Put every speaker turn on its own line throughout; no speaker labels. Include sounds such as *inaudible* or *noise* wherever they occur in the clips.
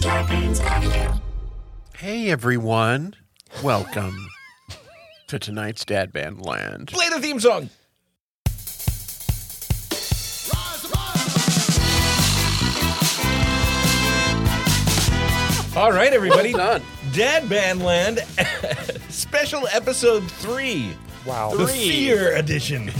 Starbane's Avenue.
Hey everyone, welcome to tonight's Dad Band Land.
Play the theme song. All right,
*laughs*
everybody.
Well done.
Dad Band Land, *laughs* special episode three,
Wow.
the Fear Edition.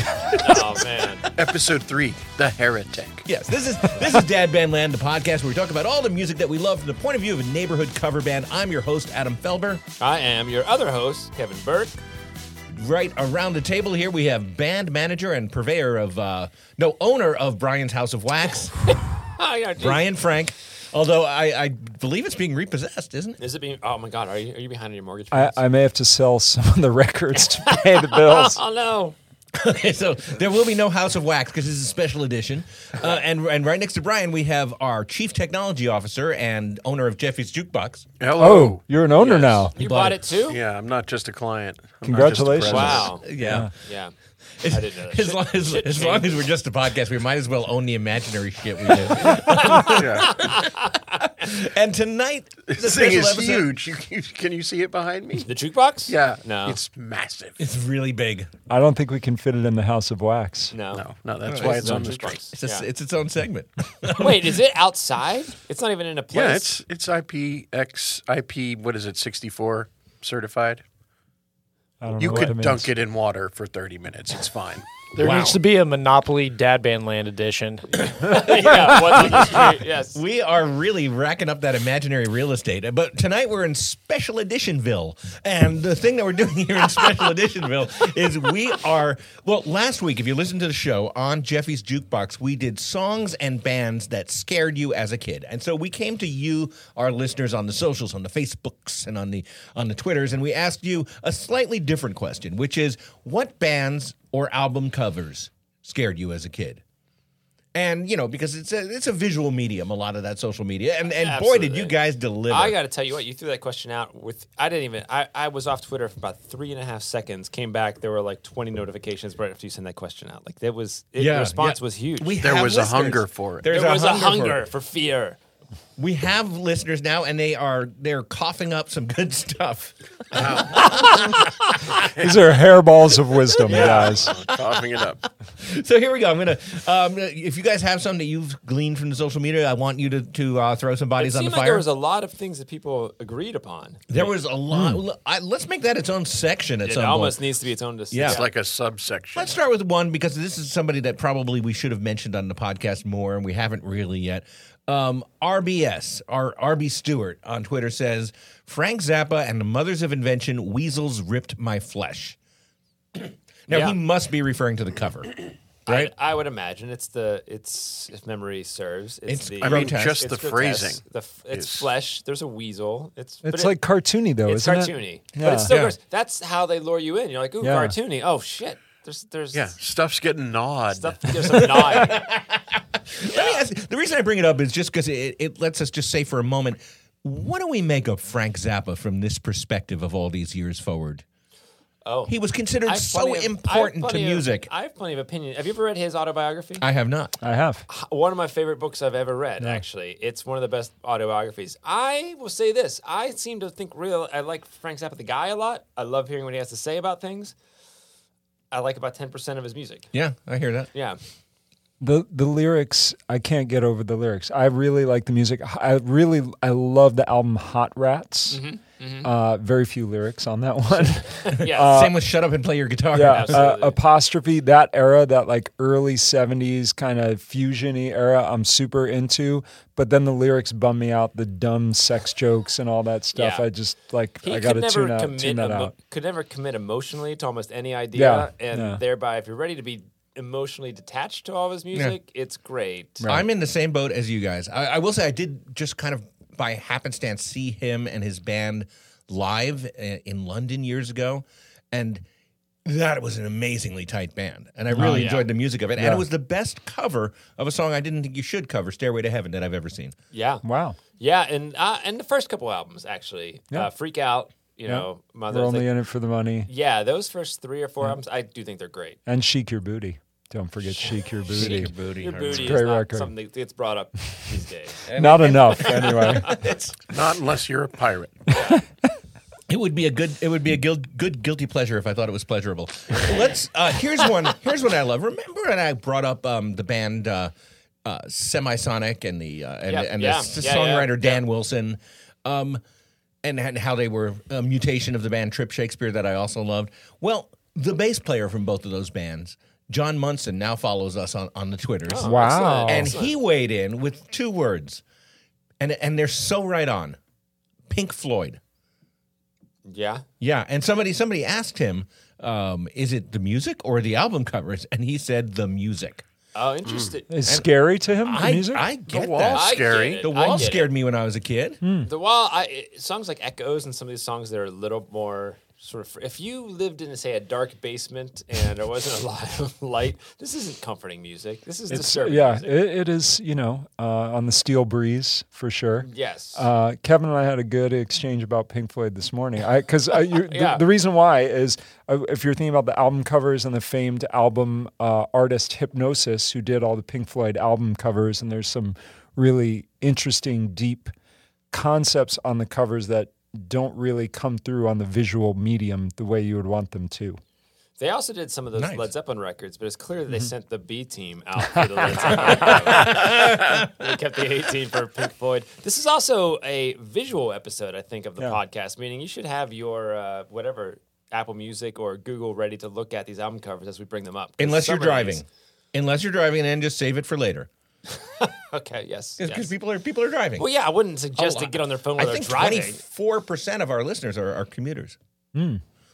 Oh man.
Episode three, The Heretic.
Yes, this is this is Dad Band Land, the podcast where we talk about all the music that we love from the point of view of a neighborhood cover band. I'm your host, Adam Felber.
I am your other host, Kevin Burke.
Right around the table here, we have band manager and purveyor of uh, no owner of Brian's House of Wax,
Oh, yeah, geez.
Brian Frank. Although I, I believe it's being repossessed, isn't it? *laughs*
Is it being? Oh my God, are you are you behind on your mortgage?
I,
payments?
I may have to sell some of the records to pay the
*laughs*
bills.
oh no.
Okay, so there will be no House of Wax because this is a special edition. Uh, and and right next to Brian, we have our chief technology officer and owner of Jeffy's Jukebox.
Hello.
Oh, you're an owner now.
You
bought
bought it too?
Yeah, I'm not just a client. I'm not just a
Oh. Congratulations.
present.
Wow.
Yeah.
Yeah. I
As,
didn't know that.
as long as, as long as we're just a podcast, we might as well own the imaginary shit we do.
Yeah.
*laughs* and tonight, the
This thing
special
is
episode-
huge. You, you, can you see it behind me?
The jukebox?
Yeah.
No.
It's massive.
It's really big.
I don't think we can fit it in the House of Wax.
no.
No, no, that's why it's on the street.
jukebox.
It's a,
Yeah.
it's its own segment.
*laughs*
Wait, is it outside? It's not even in a place.
Yeah, it's it's IPX IP. What is it? 64 certified.
I don't
You
know what
could
means.
dunk it in water for 30 minutes. It's fine.
There
Wow.
needs to be a Monopoly Dad Band Land edition.
*laughs* yeah, what's on the
*laughs*
street? Yes.
We are really racking up that imaginary real estate. But tonight we're in Special Editionville. And the thing that we're doing here in Special Editionville is we are, well, last week, if you listened to the show on Jeffy's Jukebox, we did songs and bands that scared you as a kid. And so we came to you, our listeners, on the socials, on the Facebooks and on the on the Twitters, and we asked you a slightly different question, which is what bands or album covers scared you as a kid? and you know because it's a it's a visual medium a lot of that social media and and boy did
Absolutely.
you guys deliver
I got to tell you what you threw that question out with. I didn't even. I, I was off Twitter for about three and a half seconds. Came back, there were like twenty notifications right after you sent that question out. Like that was it,
Yeah,
the response
yeah.
was huge.
we
There
have
was a
listeners.
hunger for it.
There's
there was a
for
hunger
it.
for fear.
we have listeners now and they are they're coughing up some good *laughs* stuff
These are hairballs of wisdom, guys.
Coughing it up.
so here we go i'm gonna um, if you guys have something that you've gleaned from the social media i want you to to uh, throw some
It
bodies on
seemed
the
like
fire
there was a lot of things that people agreed upon.
There was a lot Well, I, let's make that its own section at
Hmm. It
some
almost
point
needs to be its own. Dis-
Yeah.
It's like a subsection.
Let's start with one because this is somebody that probably we should have mentioned on the podcast more, and we haven't really yet. Um, RBS, our RB Stewart on Twitter says Frank Zappa and the Mothers of Invention, Weasels ripped my flesh. now
Yeah.
he must be referring to the cover, right?
I, I would imagine it's the it's if memory serves. It's,
It's
the,
I mean, just
it's
the
grotesque.
phrasing
The f- it's
is-
flesh. There's a weasel. It's but
It's
it-
like cartoony, though,
it's
isn't it?
cartoony, but
Yeah.
it's still
Yeah.
gross. That's how they lure you in. You're like, ooh,
Yeah.
cartoony. Oh shit. There's there's
Yeah, stuff's getting gnawed.
stuff. There's some gnawing.
Let me ask, the reason I bring it up is just because it, it lets us just say for a moment, what do we make of Frank Zappa from this perspective of all these years forward?
Oh,
He was considered
I have
so
plenty of- I have
important to
plenty of-
music. Uh,
I have plenty of opinion. Have you ever read his autobiography?
I have not.
I have.
one of my favorite books I've ever read. Actually, it's one of the best autobiographies. I will say this: I seem to think real. I like Frank Zappa the guy a lot. I love hearing what he has to say about things. I like about ten percent of his music.
Yeah, I hear that.
Yeah,
The the lyrics, I can't get over the lyrics. I really like the music. I really I love the album Hot Rats. Uh, very few lyrics on that one.
yeah.
Same with shut up and play your guitar.
Yeah, uh,
Absolutely.
apostrophe that era, that like early '70s kind of fusiony era. I'm super into, but then the lyrics bum me out. The dumb sex jokes and all that stuff.
Yeah.
I just like
he
I
could
gotta
never
tune out,
commit.
tune that
emo-
out.
Could never commit emotionally to almost any idea,
Yeah,
and
yeah.
thereby, if you're ready to be emotionally detached to all of his music, it's great.
I'm in the same boat as you guys. I, I will say I did just kind of by happenstance see him and his band live i- in London years ago, and that was an amazingly tight band, and I really enjoyed the music of it. And it was the best cover of a song I didn't think you should cover, "Stairway to Heaven," that I've ever seen.
Yeah,
Wow,
yeah, and uh, and the first couple albums actually,
Yeah.
uh, Freak Out, you know, Mother.
we're only in it for the money
Yeah, those first three or four albums, I do think they're great.
and chic your booty. Don't forget Shake Your Booty.
booty.
Your
Herb.
booty is
great
not
record.
something that gets brought
*laughs*
up these days.
Not enough, anyway.
Not unless you're a
*laughs*
pirate.
It would be a good. It would be a guil- good guilty pleasure if I thought it was pleasurable. Let's. Uh, here's one. Here's what I love. Remember, when I brought up um, the band uh, uh, Semisonic and the uh, and,
Yeah,
and
yeah,
the s-
yeah,
songwriter
yeah,
Dan Wilson, um, and, and how they were a mutation of the band Trip Shakespeare that I also loved. Well, the bass player from both of those bands, John Munson, now follows us on on the Twitters.
Oh,
Wow.
And he weighed in with two words, and and they're so right on. Pink Floyd.
Yeah.
Yeah, and somebody somebody asked him, um, "Is it the music or the album covers?" And he said, "The music."
Oh, interesting.
It's scary to him, the
I
music?
I get
wall.
that.
I
Scary.
Get it.
the
I
wall
get it.
scared me when I was a kid.
Hmm.
The wall. I, it- songs like Echoes and some of these songs that are a little more sort of. If you lived in, say, a dark basement and there wasn't a *laughs* lot of light, this isn't comforting music. This is
it's, uh,
disturbing.
yeah,
music.
it, it is, you know, uh, on the steel breeze for sure.
yes.
Uh, Kevin and I had a good exchange about Pink Floyd this morning. I because
*laughs*
I, you, the,
Yeah.
the reason why is uh, if you're thinking about the album covers and the famed album uh, artist Hypnosis, who did all the Pink Floyd album covers, and there's some really interesting, deep concepts on the covers that don't really come through on the visual medium the way you would want them to.
They also did some of those
Nice.
Led Zeppelin records, but it's clear that they sent the B team out for the Led Zeppelin. record. they kept the A team for Pink Floyd. This is also a visual episode, I think, of the podcast. Meaning, you should have your uh, whatever Apple Music or Google ready to look at these album covers as we bring them up. 'Cause
Unless you're
some are
driving,
nice.
unless you're driving, and just save it for later
Okay. Yes.
because
yes.
people are people are driving.
Well, yeah, I wouldn't suggest to get on their phone while
Oh, I
they're
think
driving.
four percent of our listeners are, are commuters.
*laughs*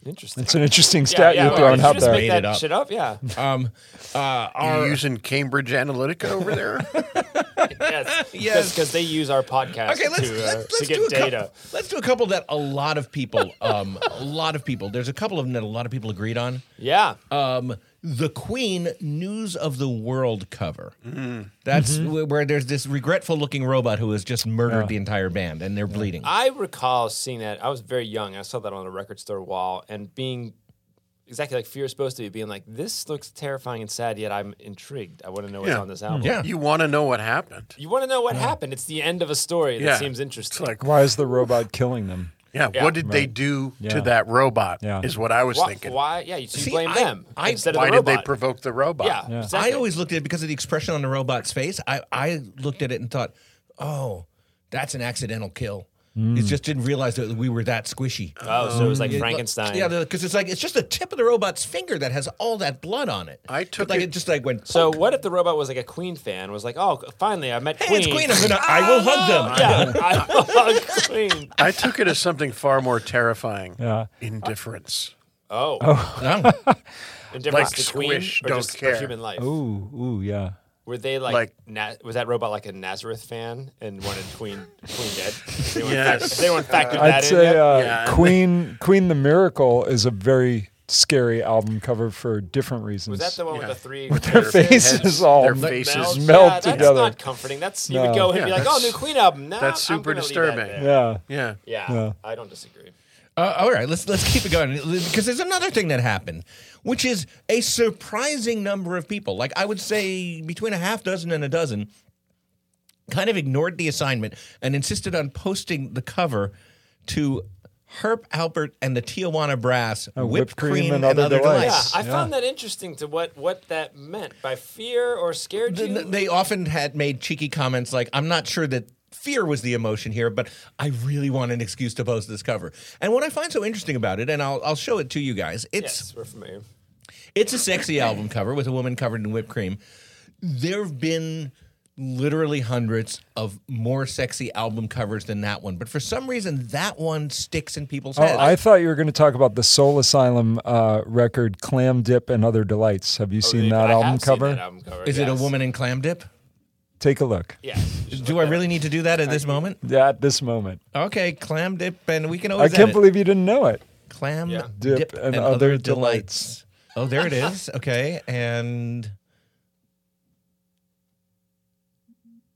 Interesting.
It's an interesting stat you're
well,
throwing
you
out
just
there.
make
Made
that
it up.
shit
*laughs*
up. Yeah.
Um, uh,
You
our,
using Cambridge Analytica over there?
*laughs* yes.
*laughs* Yes.
Because they use our podcast
okay, let's
to, uh,
let's,
to
let's
get
do a
data.
couple. Let's do a couple that a lot of people, um, a lot of people. There's a couple of them that a lot of people agreed on.
Yeah.
um, the Queen News of the World cover.
Mm-hmm.
That's wh- where there's this regretful looking robot who has just murdered the entire band and they're bleeding.
I recall seeing that. I was very young. I saw that on a record store wall and being exactly like Fear is supposed to be, being like, this looks terrifying and sad, yet I'm intrigued. I want to know what's
Yeah.
on this album.
Yeah. Uh-huh.
You want to know what happened?
You want to know what happened. It's the end of a story that
Yeah.
seems
It's
interesting.
like,
Why is the robot killing them?
yeah,
Yeah.
what did they do
Yeah.
to that robot?
Yeah.
Is what I was
why,
thinking. Why,
why? Yeah, you so you
See,
blame
I-
them
I-
instead of the
did they
robot.
provoke the robot?
yeah, exactly.
I always looked at it because of the expression on the robot's face. I, I looked at it and thought, oh, that's an accidental kill. It just didn't realize that we were that squishy.
Mm. Oh, so it was like Frankenstein.
Um, Yeah, because it's like it's just the tip of the robot's finger that has all that blood on it.
I took
But, like
it-
it, just like went.
so
"Fuck,
what if the robot was like a Queen fan? Was like, oh, finally I met
hey,
Queen.
it's Queen. I'm gonna, I will hug them.
*laughs* yeah, I love Queen.
*laughs* I took it as something far more terrifying.
Yeah.
Indifference.
Oh,
No.
indifference
Like
to Queen
squish,
or
don't
just for
care.
human life.
Ooh, ooh, yeah.
Were they like,
Like-
Na- was that robot like a Nazareth fan and wanted Queen Queen dead? Has anyone
Yes.
fact- has anyone factored
I'd
that
say
in yet?
uh,
*laughs*
Yeah.
Queen Queen the Miracle is a very scary album cover for different
was
reasons.
that the one with the three?
their *laughs* faces
Heads,
all
their
melt-
faces
melts?
melt
yeah,
together.
That's not comforting. That's you would
No.
go in
Yeah,
and be like, "Oh,
that's-
new Queen album." Nah,
that's
I'm
super
gonna leave that
disturbing.
there.
yeah.
Yeah.
Yeah,
Yeah.
I don't disagree.
Uh, all right, let's let's keep it going because there's another thing that happened, which is a surprising number of people. Like I would say, between a half dozen and a dozen, kind of ignored the assignment and insisted on posting the cover to Herb Alpert and the Tijuana Brass whipped, cream, and, other,
Yeah,
delights.
Yes,
I found that interesting to what what that meant by fear or scared you.
Th- They often had made cheeky comments like, "I'm not sure that." Fear was the emotion here, but I really want an excuse to post this cover. And what I find so interesting about it, and I'll, I'll show it to you guys, it's
yes, we're familiar.
It's a sexy album cover with a woman covered in whipped cream. There have been literally hundreds of more sexy album covers than that one, but for some reason, that one sticks in people's
Oh,
heads.
I thought you were going to talk about the Soul Asylum uh, record "Clam Dip and Other Delights." Have you seen that
Oh, I have
album
seen
cover?
that album cover,
Is it a
yes.
woman in clam dip?
Take a look.
Yes.
Do I really need to do that at this moment?
Yeah, at this moment,
Okay, clam dip, and we can
I
always.
can't
edit.
believe you didn't know it.
clam
Yeah.
dip, and, other
delights.
delights. Oh, there it is. Okay, and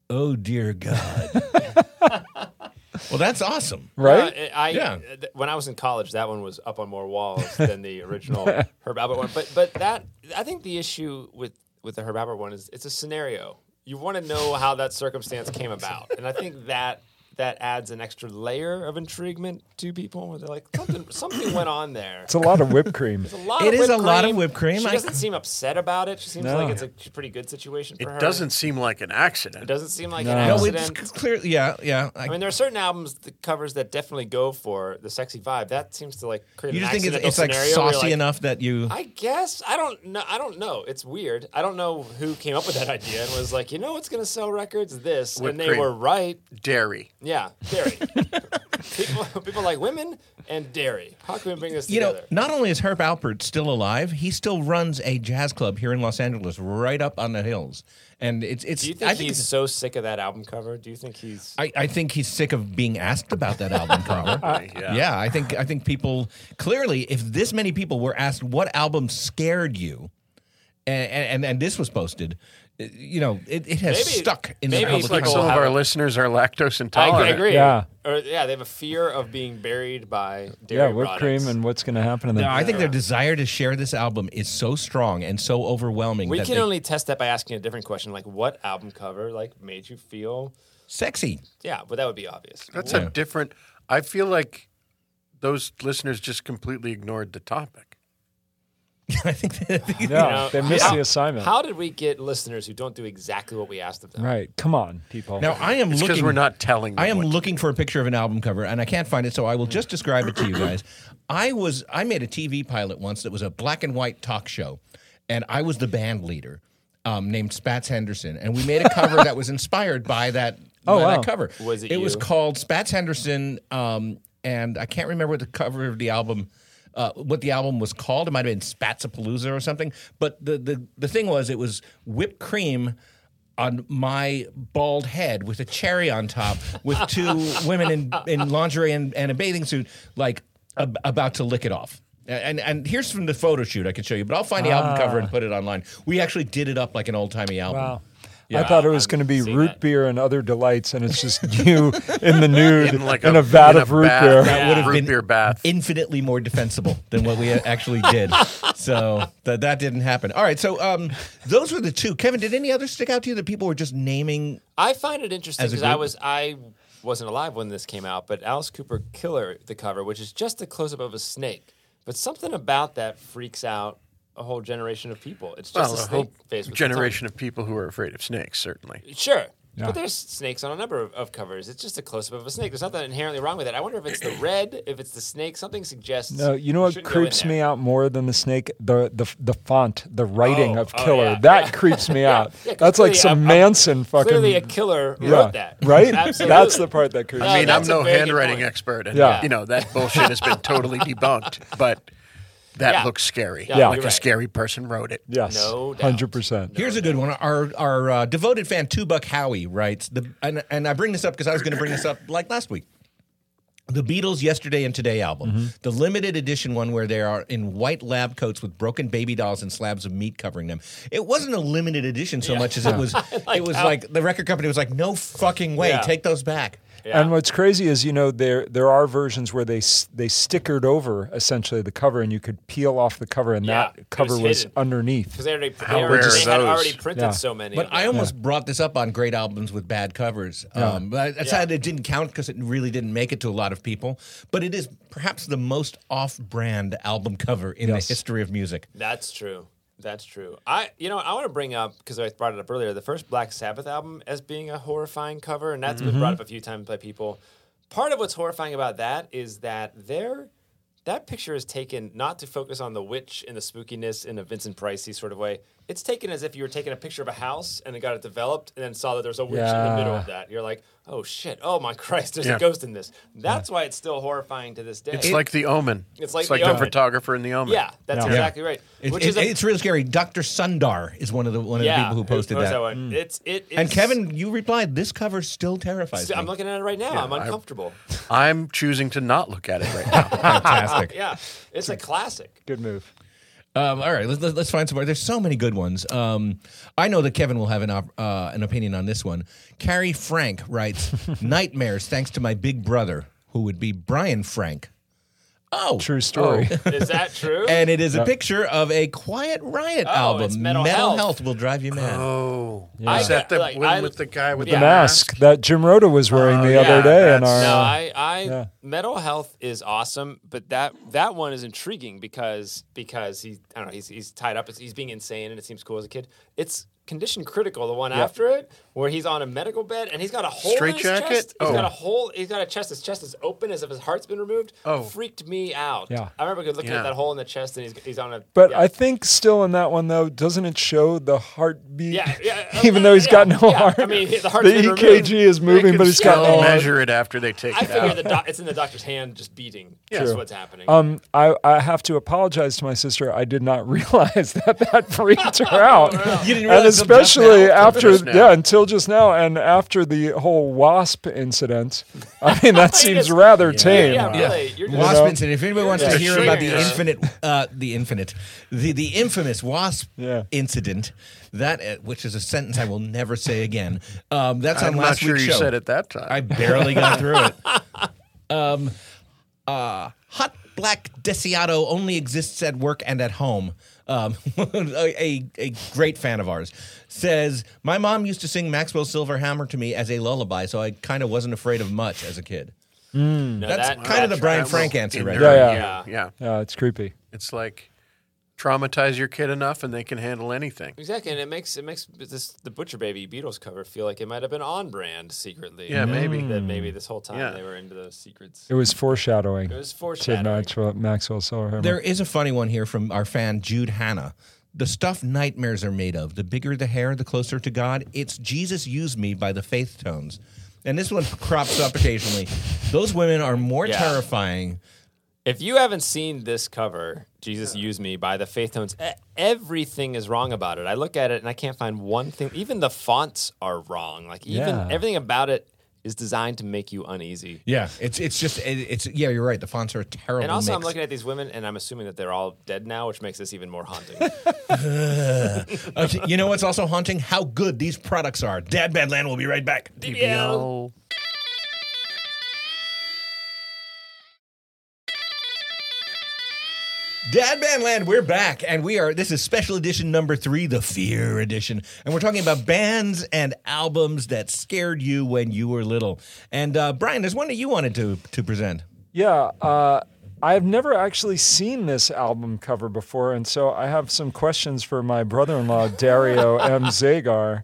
oh dear God.
*laughs*
well, that's awesome.
Right?
Uh, I
Yeah.
th- when I was in college, that one
*laughs*
was up on more walls than the original Herb Albert one. But but that I think the issue with with the Herb Alpert one is it's a scenario. You want to know how that circumstance came about, and I think that that adds an extra layer of intriguement to people. Where they're like, something something went on there.
It's a lot
*laughs*
of whipped cream.
It's a lot
It
of
is
whipped
a lot of whipped cream.
She
I-
doesn't seem upset about it. She seems
No.
like it's a pretty good situation for her.
It doesn't seem like an accident.
It doesn't seem like an
No,
accident.
it's clearly yeah, yeah. I,
I mean, there are certain albums, the covers that definitely go for the sexy vibe. That seems to like create.
you
an
just think it's,
accidental
it's like
scenario where you're
saucy
like,
enough that you
I guess I don't know. I don't know. It's weird. I don't know who came up with that *laughs* idea and was like, you know, what's going to sell records? This,
Whipped
and they
cream.
were right.
Dairy.
Yeah,
*laughs*
dairy. people, people like women and dairy. How can we bring this
you know,
together?
not only is Herb Alpert still alive, he still runs a jazz club here in Los Angeles, right up on the hills. And it's it's.
Do you think,
I think
he's
it's-
so sick of that album cover? Do you think he's?
I, I think he's sick of being asked about that album cover.
yeah.
I think I think people clearly, if this many people were asked what album scared you, and and, and this was posted, eh, you know, it, it has
Maybe-
stuck in
maybe
the public.
it's
It's like
People
some of
have
our
a-
listeners are lactose
I,
intolerant.
agree.
Yeah.
Or yeah, they have a fear of being buried by dairy
yeah, whipped
products.
cream and what's going to happen in the
No, I think their desire to share this album is so strong and so overwhelming
We
that
can
they-
only test that by asking a different question, like what album cover like made you feel?
sexy. *laughs*
Yeah, but that would be obvious.
That's a different. I feel like those listeners just completely ignored the topic.
I think *laughs* that,
Yeah,
know,
they missed
how-
the assignment.
How did we get listeners who don't do exactly what we asked of them?
right. Come on, people.
now I am
It's because
looking.
we're not telling. Them
I am
what-
looking for a picture of an album cover and I can't find it, so I will just describe it to you
*coughs*
guys. I was I made a TV pilot once that was a black and white talk show, and I was the band leader um, named Spats Henderson, and we made a cover that was inspired by that,
*laughs* Oh,
by
wow.
that cover.
Was it
It was
you?
called Spats Henderson, um, and I can't remember what the cover of the album. Uh, what the album was called? It might have been Spatzapalooza or something. But the, the the thing was, it was whipped cream on my bald head with a cherry on top, with two women in, in lingerie and, and a bathing suit, like ab- about to lick it off. And and here's from the photo shoot I can show you, but I'll find the album cover and put it online. We actually did it up like an old timey album.
Wow. I thought it was going to be root beer and other delights, and it's just *laughs* you in the nude in,
in like
a, vat
in
of root
bath.
beer.
That would have
Root
been
beer
beer bath.
infinitely more defensible than what we actually did. so that that didn't happen. All right, so um, those were the two. Kevin, did any others stick out to you that people were just naming?
I find it interesting
As a
because I
group?
was I wasn't alive when this came out, but Alice Cooper Killer the cover, which is just a close up of a snake. But something about that freaks out a whole generation of people. It's
Well,
just a
a
snake
whole
face with a tongue.
generation of people who are afraid of snakes, certainly.
Sure. But there's snakes on a number of, of covers. It's just a close up of a snake. There's nothing inherently wrong with it. I wonder if it's
*clears throat*
the red, if it's the snake. Something suggests.
No, you know
it
what
shouldn't go in
creeps
there.
me out more than the snake? The the the font, the writing
Oh,
of
oh,
Killer.
yeah, *laughs*
That
yeah.
creeps me out.
'cause
That's like
clearly
some
a- a-
Manson fucking.
Clearly, a killer
yeah,
wrote that.
Right?
*laughs* Absolutely.
That's the part that creeps
I
I
me
mean, I'm
out.
Oh, that's a
no
very good
handwriting
point.
expert, and
Yeah.
you know that bullshit has been
*laughs*
totally debunked. But that
Yeah.
looks scary.
Yeah,
like
you're
a
right.
scary person wrote it.
Yes.
No doubt.
100%.
Here's a good one. Our our uh, devoted fan Tubuck Howie writes the and, and I bring this up because I was going to bring this up like last week. The Beatles Yesterday and Today album, the limited edition one where they are in white lab coats with broken baby dolls and slabs of meat covering them. It wasn't a limited edition so much as it was. it was like the record company was like, "No fucking way,
Yeah.
take those back."
And what's crazy is, you know, there there are versions where they s- they stickered over essentially the cover, and you could peel off the cover, and
Yeah, it
that cover
was
was
hidden.
underneath.
Because they, already, they,
How
already,
rare are
they had
those?
already printed
Yeah.
so many.
But
of
I
them.
almost brought this up on great albums with bad covers. Um, but that's
Yeah.
how it didn't count because it really didn't make it to a lot of people. But it is perhaps the most off-brand album cover in the history of music.
That's true. That's true. I, you know, I want to bring up because I brought it up earlier. The first Black Sabbath album as being a horrifying cover, and that's been brought
Mm-hmm.
up a few times by people. Part of what's horrifying about that is that there, that picture is taken not to focus on the witch and the spookiness in a Vincent Pricey sort of way. It's taken as if you were taking a picture of a house and then got it developed and then saw that there's a witch in the middle of that. You're like, oh shit, oh my *laughs* Christ, there's
Yeah.
a ghost in this. That's why it's still horrifying to this day.
It's like the Omen.
It's like
it's like
The
the,
Omen.
photographer in the Omen.
yeah, that's
Yeah.
exactly right.
It,
Which
it-
is a
it's really scary. Dr. Sundar is one of the one of the people who posted
posted
that.
Mm.
one. It's it. It's,
And Kevin, you replied, "This cover still terrifies
I'm
me."
looking at it right now. I'm uncomfortable.
I'm choosing to not look at it
*laughs*
right now.
Fantastic.
yeah, it's a classic.
Good move.
Um, all right, let's, let's let's find some more. There's so many good ones. Um, I know that Kevin will have an op- uh, an opinion on this one. Carrie Frank writes nightmares thanks to my big brother, who would be Brian Frank. Oh.
True story. *laughs*
*laughs*
Is that true?
And it is a picture of a Quiet Riot
Oh,
album.
it's Mental Health.
will drive you mad.
Oh,
I
is that
got-
the
like,
one
I-
with the guy with
yeah. Oh,
the
Mask that Jim Rhoda was wearing the
yeah,
other day in
that's-
our.
No,
uh,
I, I
yeah.
mental health is awesome, but that that one is intriguing because because he I don't know he's he's tied up, he's being insane, and it seems cool as a kid. It's condition critical, the one after it, where he's on a medical bed and he's got a hole in his
Straitjacket?
chest. He's got
Oh.
a hole. He's got a chest. His chest is open as if his heart's been removed.
Oh.
freaked me out.
Yeah.
I remember looking at
Yeah.
that hole in the chest, and he's he's on a.
But
yeah.
I think still in that one though, doesn't it show the heartbeat?
Yeah, yeah,
*laughs* Even
uh,
though he's
yeah,
got no
yeah.
heart.
I mean,
*laughs*
the heart's
the
been removed.
EKG is moving,
can
but it's
still
*laughs*
got no heart.
measure it after they take
I
it
figure
out.
the doc, it's in the doctor's hand, just beating. That's what's happening.
Um, I, I have to apologize to my sister. I did not *laughs* realize that
*laughs*
that freaked
Oh,
her out.
You didn't
and
realize until just
especially
now?
after,
just now.
yeah, until just now, and after the whole wasp incident. I
*laughs*
mean, that seems
just-
rather tame.
yeah, really. You're just-
Wasp
know?
incident. If anybody wants to
just
hear about the
sharing, uh,
infinite, uh, the infinite, the the infamous wasp
Yeah.
incident, that uh, which is a sentence I will never say again. Um, that's
I'm
on
not
last
sure
week's
you
show.
said it that time.
I barely got through it. Um, uh, hot black Desiato only exists at work and at home. Um, *laughs* a, a, a great fan of ours says, My mom used to sing Maxwell Silver Hammer to me as a lullaby, so I kind of wasn't afraid of much as a kid.
No,
that's
that-
kind of
that
the Brian
tracks.
Frank answer, right?
Yeah, yeah.
yeah, yeah.
Yeah, it's creepy.
It's like traumatize your kid enough, and they can handle anything.
Exactly, and it makes it makes this the Butcher Baby Beatles cover feel like it might have been on brand secretly.
Yeah,
That-
maybe.
that maybe this whole time
Yeah.
they were into the secrets.
It was foreshadowing
It was
to
foreshadowing.
Maxwell, Maxwell Silverhammer.
There is a funny one here from our fan Jude Hanna. The stuff nightmares are made of. The bigger the hair, the closer to God. It's Jesus Use Me by the Faith Tones. And this one crops up occasionally. Those women are more
Yeah.
terrifying.
If you haven't seen this cover, Jesus Use Me by the Faith Tones, e- everything is wrong about it. I look at it and I can't find one thing. Even the fonts are wrong. Like even
Yeah.
everything about it is designed to make you uneasy.
Yeah. It's it's just it, it's yeah, you're right. The fonts are a terrible.
And also, I'm
mix.
looking at these women, and I'm assuming that they're all dead now, which makes this even more
*laughs*
haunting.
Uh, you know what's also haunting? How good these products are. Dad Badland will be right back.
Yeah.
Dad Bandland, we're back, and we are. This is special edition number three, the Fear Edition, and we're talking about bands and albums that scared you when you were little. And uh, Brian, there's one that you wanted to to present.
Yeah, uh, I've never actually seen this album cover before, and so I have some questions for my brother-in-law Dario M. Zagar.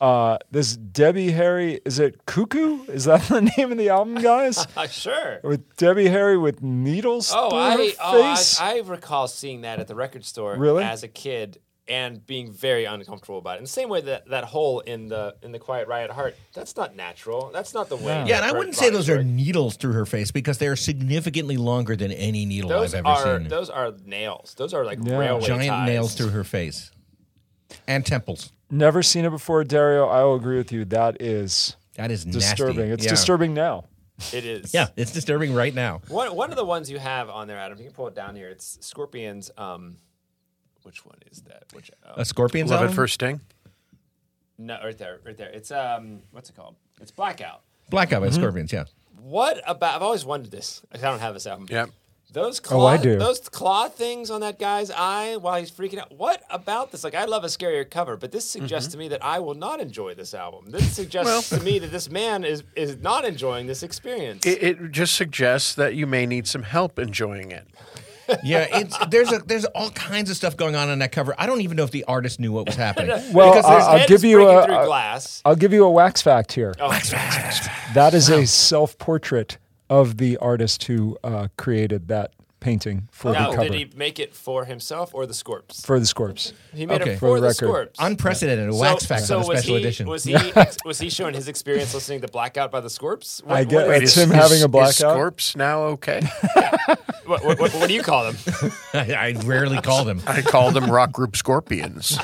Uh, this Debbie Harry is it Cuckoo? Is that the *laughs* name of the album, guys?
*laughs*
Uh, sure.
with Debbie Harry with needles
Oh,
through
I,
her
oh
face.
I, I recall seeing that at the record store
Really?
as a kid and being very uncomfortable about it. In the same way that that hole in the in the Quiet Riot Heart, that's not natural. That's not the way.
Yeah,
that
and I
bird
wouldn't say
bodies
those are
work.
needles through her face because they are significantly longer than any needle
Those
I've ever
are
seen.
those are nails. Those are like
Yeah.
railway
Giant
ties.
nails through her face and temples.
Never seen it before, Dario. I will agree with you. That is
That is
disturbing.
Nasty.
It's
Yeah.
disturbing now.
It is.
Yeah, it's disturbing right now.
One one of the ones you have on there, Adam. You can pull it down here. It's Scorpions. Um, which one is that? Which um,
A Uh, scorpion's
Love at
album?
first sting.
no, right there, right there. It's um, what's it called? It's Blackout.
Blackout by Scorpions. Yeah.
What about? I've always wondered this. I don't have this album.
Yep.
Those claw,
Oh, I do.
those claw things on that guy's eye while he's freaking out. What about this? Like, I love a scarier cover, but this suggests to me that I will not enjoy this album. This suggests to me that this man is is not enjoying this experience.
It, it just suggests that you may need some help enjoying it.
*laughs* Yeah, it's there's a there's all kinds of stuff going on on that cover. I don't even know if the artist knew what was
*laughs*
happening.
Well,
Because his
I- I'll
head
give
is
you
breaking
a-
through
a-
glass.
I'll give you a wax fact here.
Oh,
That is a self-portrait of the artist who uh, created that painting for
now,
the cover
Oh, did he make it for himself or the Scorps?
for the Scorps.
He made
Okay.
it
For
for
the
the,
record.
Scorps.
Unprecedented, a wax fact on a
was
special
he,
edition. *laughs*
Was he ex- was he showing his experience listening to Blackout by the Scorps? What,
I get-
what,
It's him having a blackout?
Is Scorps now *laughs* okay?
what, what, what, what do you call them?
I rarely call
*laughs*
them.
I call them rock group *laughs* Scorpions.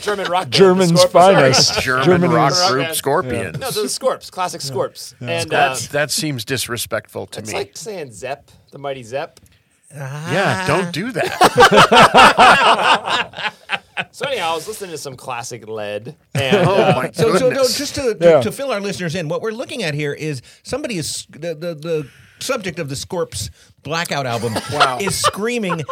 German rock. band, the
German's
Scorps.
finest.
Sorry.
German
Germany's-
rock
Rock
group
band.
Scorpions.
*laughs* No, uh, the Scorps, classic Scorps. And uh,
That's, that seems disrespectful to
it's
me.
like saying Zepp, the mighty Zepp.
yeah, don't do that.
So anyhow, I was listening to some classic lead, and
oh
uh,
my goodness.
So, so no, just to, to,
Yeah.
to fill our listeners in, what we're looking at here is somebody is the the, the subject of the Scorps Blackout album
*laughs* Wow.
is screaming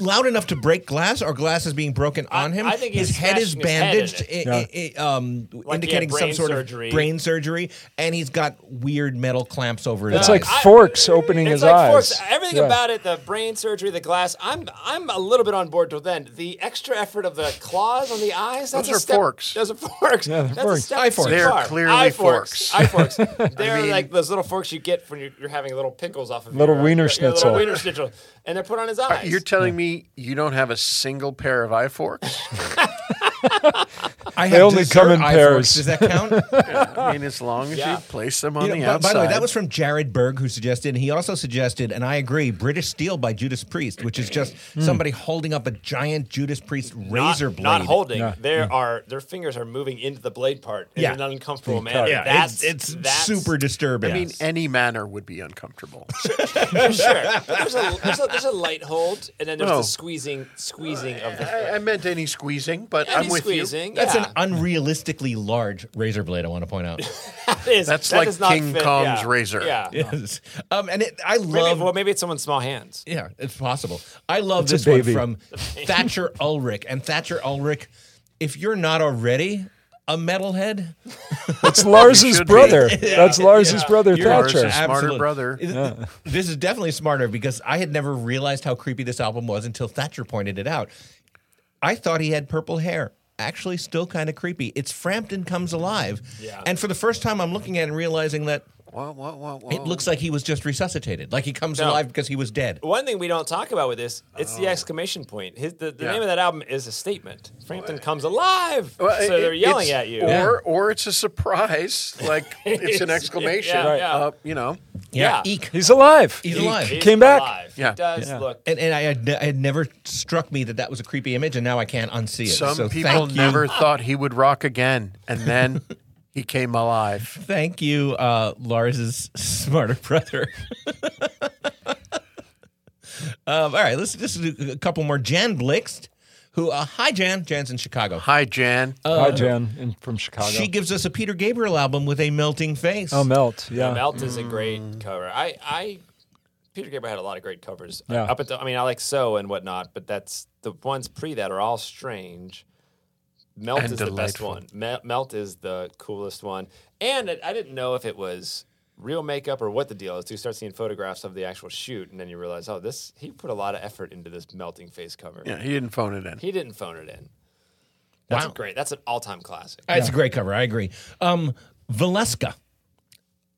loud enough to break glass or glass is being broken on him.
I think he's
his head is
smashing his head in
bandaged,
it.
i- i- i- um,
had
indicating some
brain
sort
surgery.
of brain surgery, and he's got weird metal clamps over his
It's
eyes.
like Forks opening
it's
his
like
eyes.
Forks. Everything
Yeah.
about it, the brain surgery, the glass. I'm I'm a little bit on board with then. The extra effort of the claws on the eyes. That's
Those
a
are
step-
forks.
Those are *laughs* forks.
they're
that's
forks.
A step
Eye forks.
too
They're
far.
clearly
Eye forks.
forks.
Eye
*laughs*
forks. They're
mean-
like those little forks you get when you're, you're having little pickles off of
Little
your,
wiener
your- your
schnitzel.
Little wiener schnitzel, and they're put on his
Uh,
eyes.
You're telling me you don't have a single pair of eye forks?
*laughs* I
They
have
only
dessert
come in
eye
pairs.
forks. Does that
*laughs*
count?
I mean, as long as
Yeah.
you place them on
You know,
the
by, by
outside.
the way, that was from Jared Berg, who suggested, and he also suggested, and I agree, British Steel by Judas Priest, which is just somebody holding up a giant Judas Priest
not,
razor blade.
not holding. There are their fingers are moving into the blade part in
Yeah.
an uncomfortable manner.
Yeah,
that's
it's, it's
that's-
super disturbing.
I mean, any manner would be
*laughs*
uncomfortable.
sure. But there's *laughs* a there's a, there's a light hold, and then there's
Oh.
the squeezing squeezing of the.
I, I meant any squeezing, but
Any
I'm with
squeezing.
that's
yeah.
an unrealistically large razor blade. I want to point out.
That is-
That's
that
like
does not
King
fit-
Kong's
yeah.
razor.
Yeah.
Yes. Um, and it, I
Maybe-
love.
well, maybe it's someone's small hands.
Yeah, it's possible. I love
a
this one
baby.
from Thatcher Ulrich. And Thatcher Ulrich, if you're not already a metalhead,
It's Lars's
should be.
brother. That's Lars's brother,
You're
Thatcher.
Lars's- smarter brother.
It- This is definitely smarter because I had never realized how creepy this album was until Thatcher pointed it out. I thought he had purple hair. Actually, still kind of creepy. It's Frampton Comes Alive.
Yeah.
And for the first time, I'm looking at it and realizing that
Whoa, whoa, whoa, whoa.
it looks like he was just resuscitated. Like he comes
No.
alive because he was dead.
One thing we don't talk about with this, it's the exclamation point. His, the the
Oh. Yeah.
name of that album is a statement. Frampton comes alive.
Well,
so
it-
they're yelling
it's-
at you.
or or it's a
*laughs*
surprise, like it's an
It's-
exclamation.
yeah, yeah.
Uh, you know,
Yeah.
Eek.
He's alive.
He's alive.
He's
came back.
alive.
Yeah.
It does
Yeah.
look.
and, and I had, it had never struck me that that was a creepy image, and now I can't unsee it.
some
so
people
thank you,
never thought he would rock again, and
*laughs*
then he came alive.
thank you, uh, Lars's smarter brother. *laughs* um, all right, let's just do a couple more. Jan Blixt, who, uh, hi Jan, Jan's in Chicago.
Hi, Jan.
Uh,
Hi, Jan, in, from Chicago.
She gives us a Peter Gabriel album with a melting face.
oh, melt. Yeah.
Melt is a
Mm.
great cover. I, I Peter Gabriel had a lot of great covers. uh,
Yeah.
Up until I mean, I like So and whatnot, but that's the ones pre that are all strange. Melt
And
is the best
delightful.
one. Mel- Melt is the coolest one. And it, I didn't know if it was real makeup or what the deal is. You start seeing photographs of the actual shoot, and then you realize, oh, this he put a lot of effort into this melting face cover.
Yeah, he didn't phone it in.
He didn't phone it in. That's a
Wow.
great. That's an all-time classic.
Uh, It's a great cover. I agree. Um, Valeska,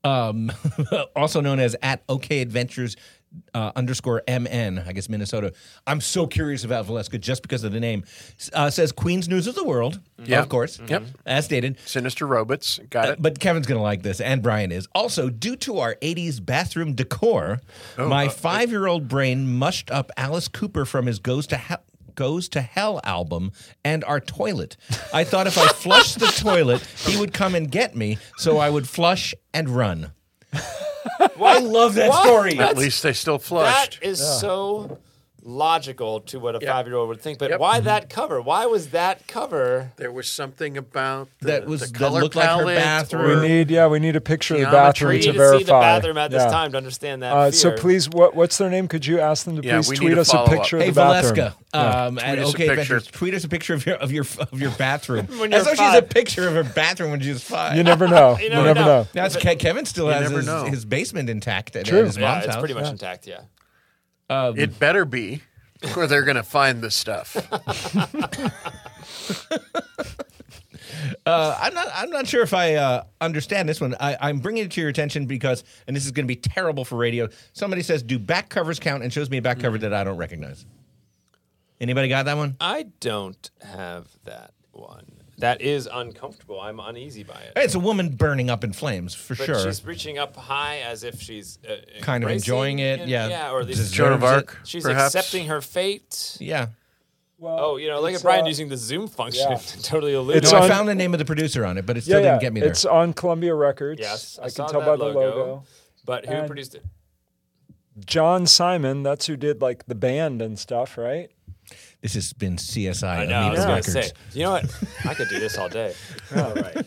um, *laughs* also known as at OK Adventures uh, underscore MN, I guess Minnesota. I'm so curious about Valeska just because of the name. S- Uh, says Queen's News of the World,
Yeah.
of course.
Yep.
As stated.
Sinister Robots. Got it.
But Kevin's going to like this, and Brian is. Also, due to our 80s bathroom decor, my five year old brain mushed up Alice Cooper from his Goes to Hell. Goes to Hell album and our toilet. I thought if I flushed the toilet, he would come and get me, so I would flush and run. I love that
What?
story.
At least they still flushed.
That is so logical to what a
Yeah.
five year old would think. But
Yep.
Mm-hmm.
why that cover? Why was that cover?
there was something about the,
That was-
the
that
color
looked like her
palette
we
bathroom.
or-
need, yeah, we need a picture of the
Geometry.
bathroom
We
It's
to
need to
verify.
see the bathroom at this
Yeah.
time to understand that.
Uh,
fear.
so please, what, what's their name? Could you ask them to
Yeah,
please
we need
tweet
a
us a
follow-up.
picture
Hey
of the bathroom?
Valeska, um, at
us a
okay,
picture.
Adventures, tweet us a picture of your of your of your bathroom.
When
As
you're
though she's a
five.
picture of her bathroom when she was five.
You never know.
You
you
never
never,
know.
know.
That's Ke- Kevin still has
never
his,
know.
his basement intact at, at
True.
his
yeah,
mom's
it's
house.
pretty much intact. Yeah.
Um,
It better be, or they're going to find the stuff.
Uh, I'm not. I'm not sure if I uh, understand this one. I, I'm bringing it to your attention because, and this is going to be terrible for radio. Somebody says, "Do back covers count?" and shows me a back cover that I don't recognize. Anybody got that one?
I don't have that one. That is uncomfortable. I'm uneasy by it.
It's a woman burning up in flames for
but
sure.
she's reaching up high as if she's uh,
Kind of
embracing
enjoying it, yeah.
Yeah. Or at least
Deserves
Joan of
it.
Arc,
she's
perhaps.
accepting her fate.
Yeah.
Oh, you know, look at Brian using the zoom function.
uh, yeah.
*laughs* to totally elude.
It's
No,
on-
I found the name of the producer on it, but it
Yeah,
still
yeah.
didn't get me there.
It's uh, on Columbia Records.
Yes, I,
I, can
saw
tell
that
by the
logo,
logo.
But who
And-
produced it?
John Simon, that's who did like the band and stuff, right?
this has been CSI
I was
Amoeba
gonna
Records.
say. You know what? I could do this
*laughs*
all day. All right.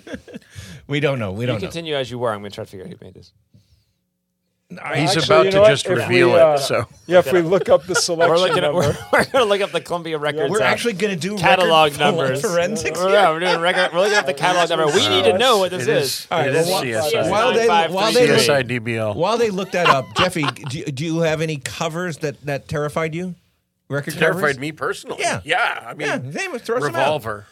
We don't know. We
You
don't know.
continue as you were. I'm going to try to figure out who made this.
He's
Actually,
about
you
to
know what?
just
If we,
reveal
uh,
it. So
Yeah, if we look up
*laughs*
the
We're
selection
looking at,
number,
we're, we're going to look up the Columbia Records.
We're
uh,
actually going to do
catalog
record fo-
numbers.
forensics.
We're, yeah, we're doing record. We're looking up the catalog number. We need to know what this
it
is.
is.
All right,
it is
well,
CSI.
While they, while they
CSI.
CSI DBL.
While they looked that up, Jeffy, do you, do you have any covers that, that terrified you? Record
terrified
covers?
me personally.
Yeah.
yeah. I mean,
Yeah, they would throw some out.
revolver.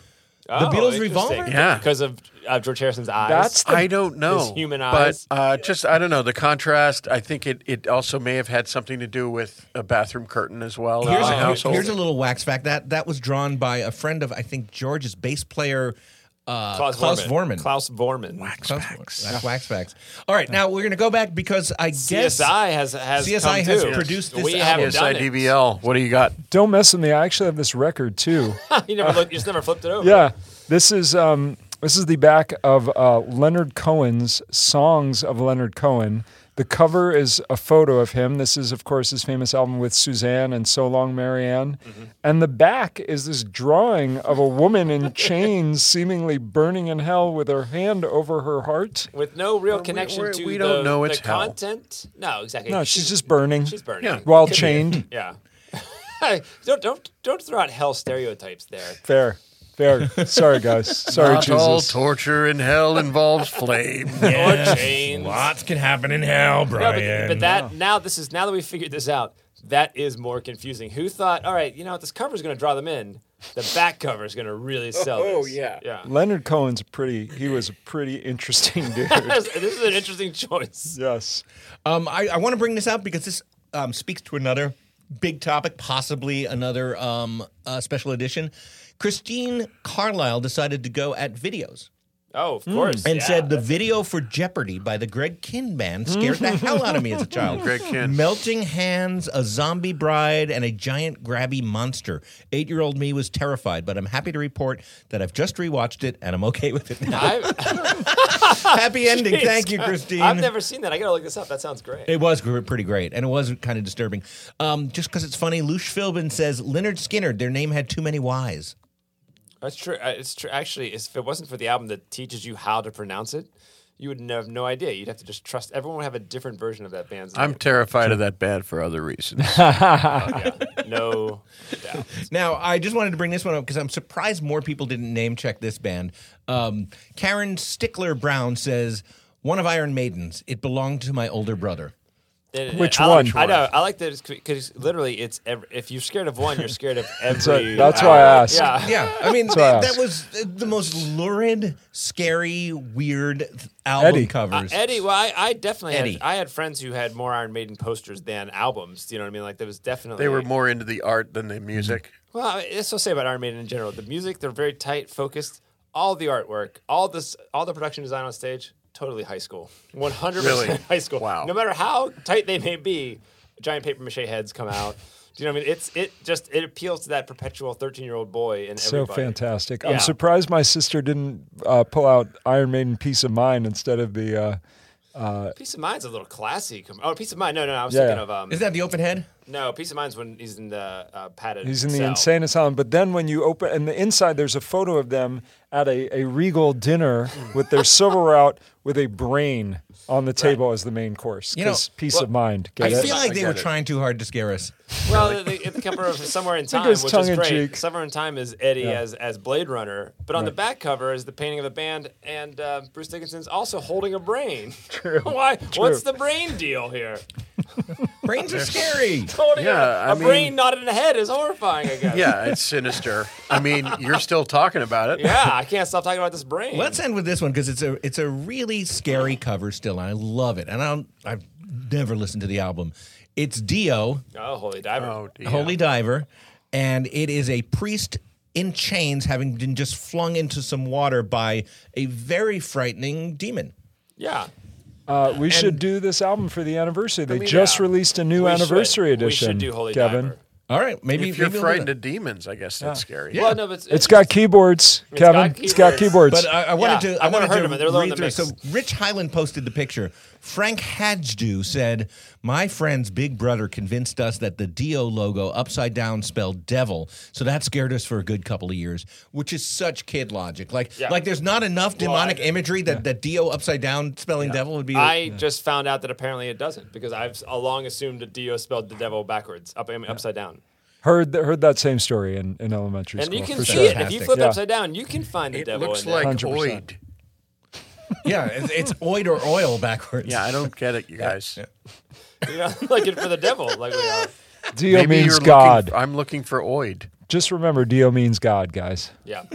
Oh,
Beatles'
interesting.
Revolver?
Yeah.
because of uh, George Harrison's eyes. *laughs*
that's the
I don't know.
His human eyes.
But uh, just, I don't know. The contrast, I think it, it also may have had something to do with a bathroom curtain as well. in
Here's
my
a,
household.
here's a little wax fact that that was drawn by a friend of I think George's bass player uh, Klaus, Vorman.
Klaus Vorman.
Klaus Vorman. Wax, wax facts. All right, now we're gonna go back because I guess
CSI has has
CSI
come
has
too.
produced this
We
album.
haven't done
CSI
it.
DBL. What do you got?
don't mess with me. I actually have this record too.
*laughs* you never looked, you just never flipped it over.
yeah, this is um, this is the back of uh, Leonard Cohen's songs of Leonard Cohen. The cover is a photo of him. This is, of course, his famous album with Suzanne and So Long, Marianne.
Mm-hmm.
And the back is this drawing of a woman
*laughs*
in chains, seemingly burning in hell, with her hand over her heart.
with no real connection
we're-
to
we
the,
don't know
the
it's hell.
content. No, exactly.
No, she's just burning
she's burning.
Yeah. *laughs*
while chained.
Yeah. *laughs* don't don't don't throw out hell stereotypes there.
Fair, fair.
*laughs*
Sorry, guys. Sorry,
Not all
Jesus.
torture in hell involves flame.
Or chains.
lots can happen in hell,
No,
Brian.
but, but that now this is now that we figured this out, that is more confusing. Who thought, all right, you know, this cover is going to draw them in. The back cover is going to really sell.
Oh,
this.
yeah.
yeah.
Leonard Cohen's a pretty. He was a pretty interesting
*laughs*
dude.
*laughs* this this is an interesting choice.
yes.
Um, I, I want to bring this out because this um, speaks to another big topic, possibly another um, uh, special edition. Christine Carlisle decided to go at videos
Oh, of course.
and
yeah.
said the video for Jeopardy by the Greg Kinn band scared the hell out of me as a child.
*laughs* Greg Kinn.
Melting hands, a zombie bride, and a giant grabby monster. Eight year old me was terrified, but I'm happy to report that I've just rewatched it and I'm okay with it
*laughs*
now.
I've,
*laughs* happy
*laughs*
ending. Thank you, Christine.
I've never seen that. I got to look this up. That sounds great.
It was gr- pretty great, and it was kind of disturbing. Um, just because it's funny, Lush Philbin says Leonard Skinner. Their name had too many Y's.
That's true. Uh, It's true. Actually, it's- if it wasn't for the album that teaches you how to pronounce it, you would have no idea. You'd have to just trust. Everyone would have a different version of that band's
*laughs* I'm
name.
terrified of that band for other reasons.
*laughs*
no doubt.
Now, I just wanted to bring this one up because I'm surprised more people didn't name check this band. Um, Karen Stickler Brown says one of Iron Maiden's. It belonged to my older brother.
It-
Which
I like-
one?
I know. I like that because literally, it's every, if you're scared of one, you're scared of every.
*laughs* that's why I
*laughs*
asked.
Yeah.
Yeah, I mean
what I
that
asked.
was uh, the most lurid, scary, weird album
Eddie.
Uh,
covers.
Eddie, well, I, I definitely
Eddie.
had I had friends who had more Iron Maiden posters than albums. Do you know what I mean? Like there was definitely
they were more into the art than the music.
Well, I mean, that's what I say about Iron Maiden in general. The music, they're very tight, focused. All the artwork, all this, all the production design on stage, totally high school, one hundred
Really?
percent *laughs* high school.
Wow.
No matter how tight they may be, giant paper mache heads come out. Do you know what I mean? It's it just it appeals to that perpetual thirteen-year-old boy in
So
everybody.
fantastic!
Yeah.
I'm surprised my sister didn't uh, pull out Iron Maiden "Peace of Mind" instead of the. Uh,
Peace of mind's a little classy. com- Oh, peace of mind. No, no, I was
Yeah.
thinking of um.
Is that the open head?
no, peace of mind's when he's in the uh, padded.
he's in the
cell.
insane asylum, but then when you open and the inside, there's a photo of them at a, a regal dinner with
*laughs*
their silverware with a brain on the table as the main course.
You know,
'cause peace
well,
of mind.
I
Get it?
feel like they
get
were
it.
trying too hard to scare us.
Well, the, the cover of Somewhere in Time,
it's
which is
tongue-in-cheek.
great. Somewhere in Time is Eddie as, as Blade Runner, but on the back cover is the painting of the band, and uh, Bruce Dickinson's also holding a brain. True. *laughs* Why? What's the brain deal here?
Brains are scary.
Holding
Yeah,
a,
I
a brain
mean-
not in a head is horrifying. I guess.
Yeah, it's sinister. I mean, you're still talking about it.
Yeah, I can't stop talking about this brain.
Let's end with this one because it's a it's a really scary cover still, and I love it. And I don't, I've never listened to the album. It's Dio,
Oh, holy diver!
Oh, dear.
Holy Diver, and it is a priest in chains having been just flung into some water by a very frightening demon.
Yeah.
Uh, we should do this album for the anniversary. They just released a new
We should.
anniversary edition.
We should do Holy
Kevin.
Diver.
All right, maybe
if you're
maybe we'll do
frightened
that.
of demons, I guess that's scary.
Yeah.
Well, no, but it's,
It's got keyboards, Kevin.
got
It's got
keyboards. uh,
keyboards.
But I, I wanted
Yeah,
to. I
I've never
wanted
heard
to
of it. They're low in
read
the
through. So Rich Highland posted the picture. Frank Hadjdu said, "My friend's big brother convinced us that the Do logo upside down spelled devil, so that scared us for a good couple of years." Which is such kid logic. Like,
Yeah.
like there's not enough demonic imagery that that Do upside down spelling devil would be.
I just found out that apparently it doesn't because I've s- long assumed that Dio spelled the devil backwards, up, I mean, upside down.
Heard th- heard that same story in, in elementary
And
school.
you can
for
see
sure.
it if you
Fantastic.
flip
Yeah.
upside down. You can find the
It
devil.
looks
in there. *laughs*
like
100%.
oid.
yeah, it's, it's oid or oil backwards.
Yeah, I don't get it, you guys.
You're not looking for the devil, like we
*laughs*
are.
Dio
Maybe you're
means
looking
God.
f- I'm looking for oid.
Just remember, Dio means God, guys.
Yeah.
*laughs*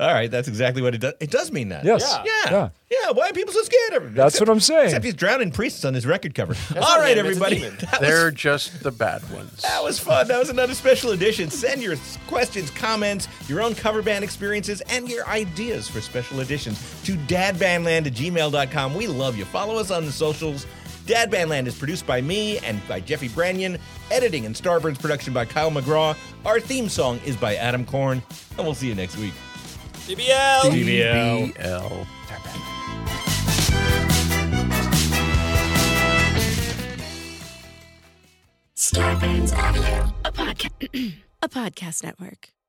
All right, that's exactly what it does. It does mean that.
Yes.
Yeah.
Yeah.
Yeah.
Yeah. Why are people so scared? of-
That's
except-
what I'm saying.
Except he's drowning priests on his record cover.
not
All right,
him, it's a
everybody.
demon.
*laughs* That was,
They're just the bad ones.
that was fun. That was another special edition. Send your s- questions, comments, your own cover band experiences, and your ideas for special editions to dadbandland at gmail.com. We love you. Follow us on the socials. Dadbandland is produced by me and by Jeffy Branyon. Editing and Starburns production by Kyle McGraw. Our theme song is by Adam Korn. And we'll see you next week.
DBL.
BL.
Starburns Avenue, a, podca- a podcast network.